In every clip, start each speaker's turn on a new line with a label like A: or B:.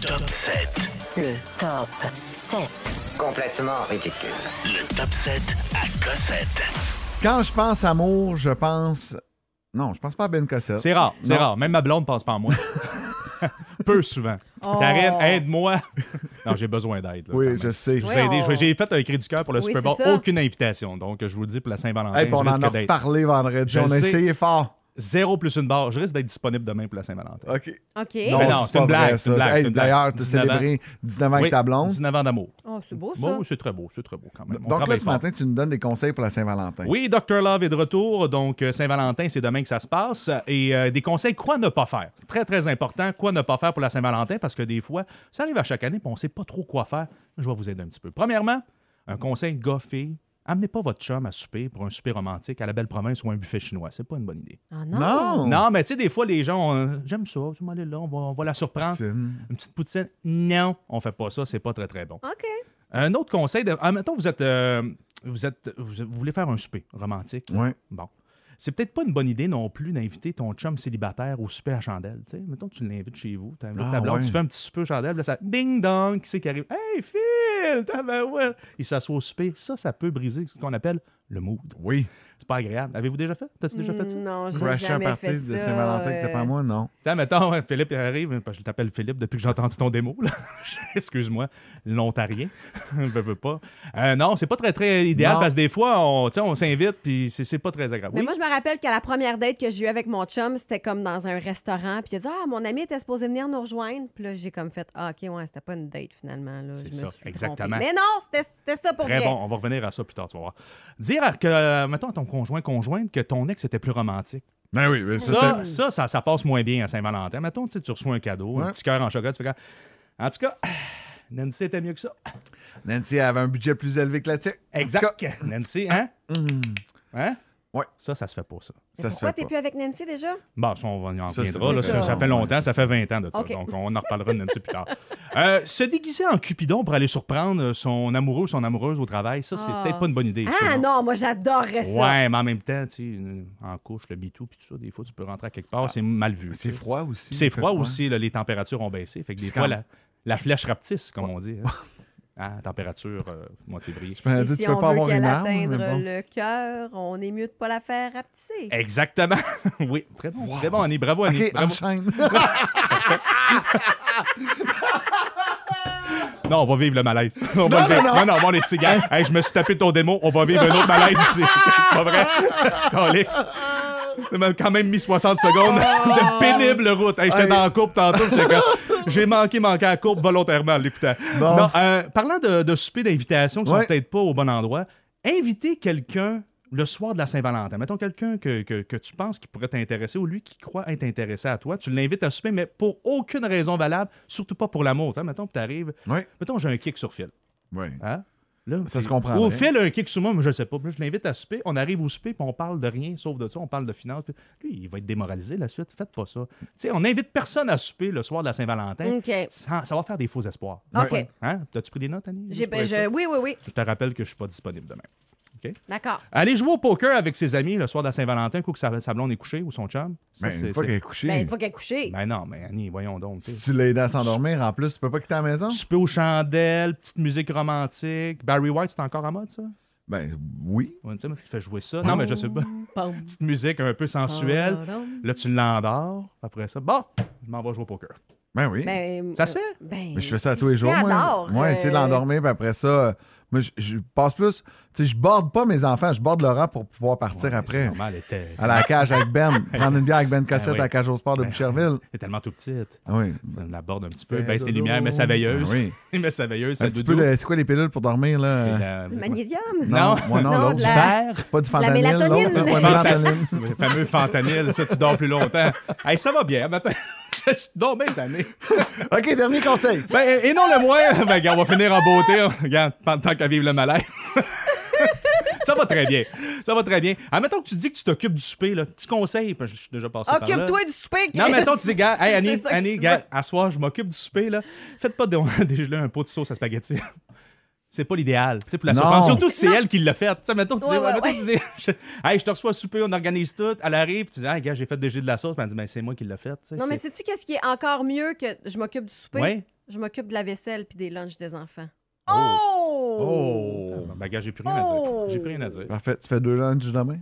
A: top 7.
B: Le top 7.
C: Complètement ridicule.
A: Le top 7 à Cossette.
D: Quand je pense amour, je pense. Non, je pense pas à Ben Cossette.
E: C'est rare, c'est
D: Non.
E: rare. Même ma blonde pense pas en moi. Peu souvent.
F: Oh.
E: Karine, aide-moi. Non, j'ai besoin d'aide. là, quand
D: Oui,
E: même.
D: je sais.
E: Je vous
F: Oui,
E: ai aidé.
F: on-
E: J'ai fait un cri du cœur pour le
F: Oh. Oui,
E: Super
F: c'est
E: Bowl.
F: ça.
E: Aucune invitation. Donc, je vous le dis pour la Saint-Valentin.
D: Hey, puis
E: je
D: on en
E: risque
D: a
E: d'être
D: reparlé vendredi.
E: Je
D: on a
E: sais.
D: essayé fort.
E: Zéro plus une barre. Je risque d'être disponible demain pour la Saint-Valentin.
D: OK.
F: OK.
E: Non.
D: Mais
E: c'est une
D: pas
E: blague,
D: vrai,
E: c'est une
D: ça.
E: blague,
D: Hey,
E: c'est une blague.
D: D'ailleurs, tu as
E: 19 ans.
D: célébré 19 ans
E: Oui,
D: avec ta blonde.
E: 19 ans d'amour.
F: Oh, c'est beau, ça.
E: Bon, c'est très beau, c'est très beau quand même. On
D: Donc là,
E: travaille
D: ce
E: fort.
D: matin, tu nous donnes des conseils pour la Saint-Valentin.
E: Oui, Dr. Love est de retour. Donc, euh, Saint-Valentin, c'est demain que ça se passe. Et euh, des conseils, quoi ne pas faire. Très, très important, quoi ne pas faire pour la Saint-Valentin, parce que des fois, ça arrive à chaque année, puis on ne sait pas trop quoi faire. Je vais vous aider un petit peu. Premièrement, un conseil gars-fille. Amenez pas votre chum à souper pour un souper romantique à la belle province ou un buffet chinois. C'est pas une bonne idée.
F: Ah non.
D: Non.
E: Non, mais tu sais, des fois, les gens, ont- j'aime ça, tu m'en aller là, on va, on va la surprendre.
D: Poutine.
E: Une petite poutine. Non, on fait pas ça, c'est pas très, très bon.
F: OK.
E: Un autre conseil, de... ah, mettons, vous êtes, euh, vous êtes, vous vous voulez faire un souper romantique.
D: Ouais.
E: Bon. C'est peut-être pas une bonne idée non plus d'inviter ton chum célibataire au souper à chandelle. tu sais. Mettons, que tu l'invites chez vous, tu
D: Ah,
E: ta blonde,
D: ouais.
E: tu fais un petit souper à chandelle, là, ça ding dong, qui c'est qui arrive? Hey, Phil, tabarouette! Il s'assoit au souper. Ça, ça peut briser ce qu'on appelle le mood.
D: Oui.
E: C'est pas agréable. Avez-vous déjà fait? T'as-tu déjà fait ça?
F: Mm, Non, j'ai
D: Crasher
F: jamais
D: party
F: fait
D: de
F: ça.
D: Saint-Valentin que t'as pas
F: euh,
D: moi, non.
E: Tiens, mettons, hein, Philippe il arrive, parce que je t'appelle Philippe depuis que j'ai entendu ton démo. là. Excuse-moi, l'ontarien. je veux pas. Euh, non, c'est pas très, très idéal
D: Non.
E: parce que des fois, on, tu sais, on s'invite puis c'est- c'est pas très agréable.
F: Mais
E: Oui?
F: moi, je me rappelle qu'à la première date que j'ai eue avec mon chum, c'était comme dans un restaurant. Puis il a dit Ah, mon ami était supposé venir nous rejoindre. Puis là, j'ai comme fait Ah, OK, ouais, c'était pas une date finalement. Là.
E: C'est
F: Je me
E: ça,
F: suis
E: exactement.
F: trompée. Mais non, c'était- c'était ça pour
E: Très
F: vrai.
E: bon, on va revenir à ça plus tard, tu vas voir. Dire à- que, euh, mettons, à ton conjoint, conjointe, que ton ex était plus romantique.
D: Ben oui, mais ça,
E: Ça,
D: c'était-
E: ça, ça, ça passe moins bien à Saint-Valentin. Mettons, tu sais, tu reçois un cadeau, un
D: Ouais.
E: petit cœur en chocolat, tu fais comme, En tout cas, Nancy était mieux que ça.
D: Nancy avait un budget plus élevé que la tienne. En tout cas,
E: Exact. Nancy, hein? Hein?
D: Ouais.
E: Ça, ça se fait pas, ça.
F: Mais
D: ça se
F: pourquoi
D: fait
F: t'es
D: pas.
F: plus avec Nancy déjà?
E: Bon, ça, on va- on en
D: Ça, c'est
E: reviendra. là. Ça,
F: différent.
E: ça fait longtemps, ça fait 20 ans de ça.
F: Ok.
E: Donc, on en reparlera de Nancy plus tard. Euh, se déguiser en Cupidon pour aller surprendre son amoureux ou son amoureuse au travail, ça, c'est
F: Ah.
E: peut-être pas une bonne idée.
F: Ah
E: absolument.
F: non, moi, j'adorerais ça.
E: Ouais, mais en même temps, tu sais, une- en couche, le MeToo, puis tout ça, des fois, tu peux rentrer à quelque part, c'est mal vu.
D: Ah, C'est
E: tu sais.
D: froid aussi.
E: Puis C'est
D: il fait
E: froid aussi, là, les températures ont baissé. Fait que des
D: C'est
E: fois,
D: quand-
E: la, la flèche rapetisse, comme on dit. hein. Ah, température, euh, mois de février.
D: Je me
F: Et
D: dis, Ben,
F: si
D: tu peux
F: on
D: pas
F: veut
D: avoir
F: qu'elle
D: une arme.
F: atteindre
D: mais bon.
F: le cœur, on est mieux de pas la faire rapetisser.
E: Exactement. oui, très bon. Très bon, Annie. Bravo, Annie.
D: OK,
E: Bravo.
D: enchaîne.
E: Non, on va vivre le malaise. On va le vivre. non, Hein? non, mais on est cigales. Hey, je me suis tapé ton démo. On va vivre un autre malaise ici. C'est pas vrai. Calé. Ça m'a quand même mis 60 secondes de pénible route. Hey, j'étais
D: Hey.
E: dans la courbe tantôt. j'étais comme, J'ai manqué, manqué à la courbe volontairement, en l'écoutant.
D: Bon.
E: Non, euh, parlant de, de souper d'invitation qui sont
D: Ouais.
E: peut-être pas au bon endroit, inviter quelqu'un le soir de la Saint-Valentin. Mettons quelqu'un que, que- que tu penses qui pourrait t'intéresser ou lui qui croit être intéressé à toi. Tu l'invites à souper, mais pour aucune raison valable, surtout pas pour l'amour. Tu sais, Mettons que tu arrives
D: Oui.
E: Mettons, j'ai un kick sur Phil.
D: Oui.
E: Hein? Là,
D: Ça
E: puis-
D: se comprend,
E: Ou
D: hein?
E: Phil a un kick sur moi, mais je sais pas. Puis là, je l'invite à souper. On arrive au souper, puis on parle de rien, sauf de ça. On parle de finances. Puis Lui, il va être démoralisé la suite. Faites pas ça. Tu sais, on n'invite personne à souper le soir de la
D: Eh.
E: Saint-Valentin.
F: OK.
E: Ça, ça va faire des faux espoirs.
F: OK.
D: Ouais.
E: Hein? T'as-tu pris des notes, Annie?
F: J'ai- ben,
E: Juste pour être
F: je-
E: sûr.
F: oui, oui, oui.
E: Je te rappelle que je suis pas disponible demain.
F: D'accord.
E: Aller jouer au poker avec ses amis le soir de la Saint-Valentin, coup que sa, sa blonde est couchée ou son chum. ça,
D: Mais
E: c'est-
D: une fois
E: c'est-
D: qu'elle est
F: Ben,
D: couchée,
F: une fois qu'elle est couchée.
E: Ben non, mais Annie, voyons donc. tu sais.
D: si tu l'aides à s'endormir, en plus, tu peux pas quitter la maison?
E: Souper aux chandelles, petite musique romantique. Barry White, c'est encore en mode, ça?
D: Ben oui.
E: Ouais, tu sais, mais tu fais jouer ça. Non, mais je sais pas.
F: Pom,
E: Petite musique un peu sensuelle.
F: pom, pom.
E: Là, tu l'endors. Après ça, bon, je m'en vais jouer au poker.
D: Ben oui.
F: Ben,
E: Ça se fait?
F: ben,
D: Mais je fais ça
F: si-
D: tous les
F: si
D: jours,
F: elle
D: moi.
F: adore,
D: Moi, essayer de
F: euh,
D: l'endormir, puis après ça, euh, moi, je- je passe plus. Tu sais, je borde pas mes enfants, je borde Laurent pour pouvoir partir
E: Ouais, C'est
D: après. Ah.
E: normal, elle était,
D: À la cage avec Ben. Prendre une bière avec Ben Cossette
E: oui.
D: à la cage au sport de
E: Ben,
D: Boucherville.
E: elle est tellement tout petite.
D: Ah Oui.
E: On l'aborde un petit peu,
D: Ben,
E: baisse les
D: dodo.
E: lumières, met sa veilleuse.
D: Ben oui.
E: Il met sa veilleuse,
D: Un
E: sa
D: petit
E: doudou.
D: peu de- C'est quoi les pilules pour dormir,
E: Et
D: là?
E: la-
F: Du magnésium?
E: Non,
D: moi, non,
F: Non,
D: l'autre.
F: de
E: du
F: la-
E: verre.
D: Pas du fentanyl.
F: mélatonine.
D: l'autre. Ouais,
E: Ouais,
D: mélatonine.
E: Le fameux fentanyl, ça, tu dors plus longtemps. Hey, ça va bien, matin. Je dors bien cette année.
D: OK, dernier conseil.
E: Ben, et non le moins, ben, regarde, on va finir en beauté. hein. Regarde, pendant qu'à vivre le malaise. Ça va très bien. Ça va très bien. Admettons que tu dis que tu t'occupes du souper, là. Petit conseil, parce que je suis déjà passé par là.
F: Occupe-toi du souper,
E: Non,
F: Chris.
E: mais attends, tu dis, gars, hey,
F: C'est
E: Annie,
F: ça que
E: Annie,
F: tu
E: gars, à soir, je m'occupe du souper, là. Faites pas de- dégeler un pot de sauce à spaghetti. C'est pas l'idéal, tu sais, pour la
D: Non.
E: surprendre. Surtout si c'est elle qui l'a fait. Tu sais, mettons, tu dis,
F: Ouais, ouais,
E: mettons, tu dis, je, hey, je te reçois au souper, on organise tout. Elle arrive, tu dis, hey, gars, j'ai fait dégeler de la sauce. Ben, Elle dit, ben, c'est moi qui l'ai fait. tu sais,
F: Non, mais
E: c'est-
F: sais-tu qu'est-ce qui est encore mieux que je m'occupe du souper?
E: Ouais.
F: Je m'occupe de la vaisselle puis des lunchs des enfants.
E: Oh!
F: Oh!
E: Oh! Ben, gars, j'ai plus rien à dire. J'ai plus rien à dire.
D: Parfait. Tu fais deux lunchs demain?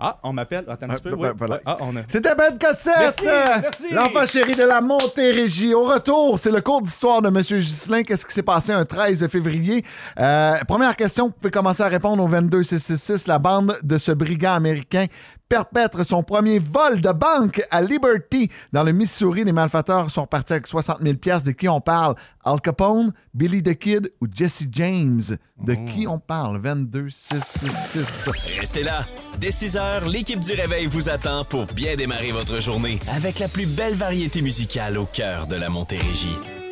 E: Ah, on m'appelle. Attends un
D: Ah,
E: petit peu.
D: ben,
E: ouais.
D: voilà.
E: Ah, on a.
D: C'était Ben Cossette!
E: Merci, merci.
D: L'enfant chéri de la Montérégie. Au retour, c'est le cours d'histoire de M. Ghislain. Qu'est-ce qui s'est passé un 13 février? Euh, première question, vous pouvez commencer à répondre au 22666. La bande de ce brigand américain perpètre son premier vol de banque à Liberty dans le Missouri. Les malfaiteurs sont partis avec 60 000 pièces. De qui on parle? Al Capone, Billy the Kid ou Jesse James? De
E: Mm.
D: qui on parle? 22666.
G: Restez là. Dès 6 heures, l'équipe du Réveil vous attend pour bien démarrer votre journée avec la plus belle variété musicale au cœur de la Montérégie.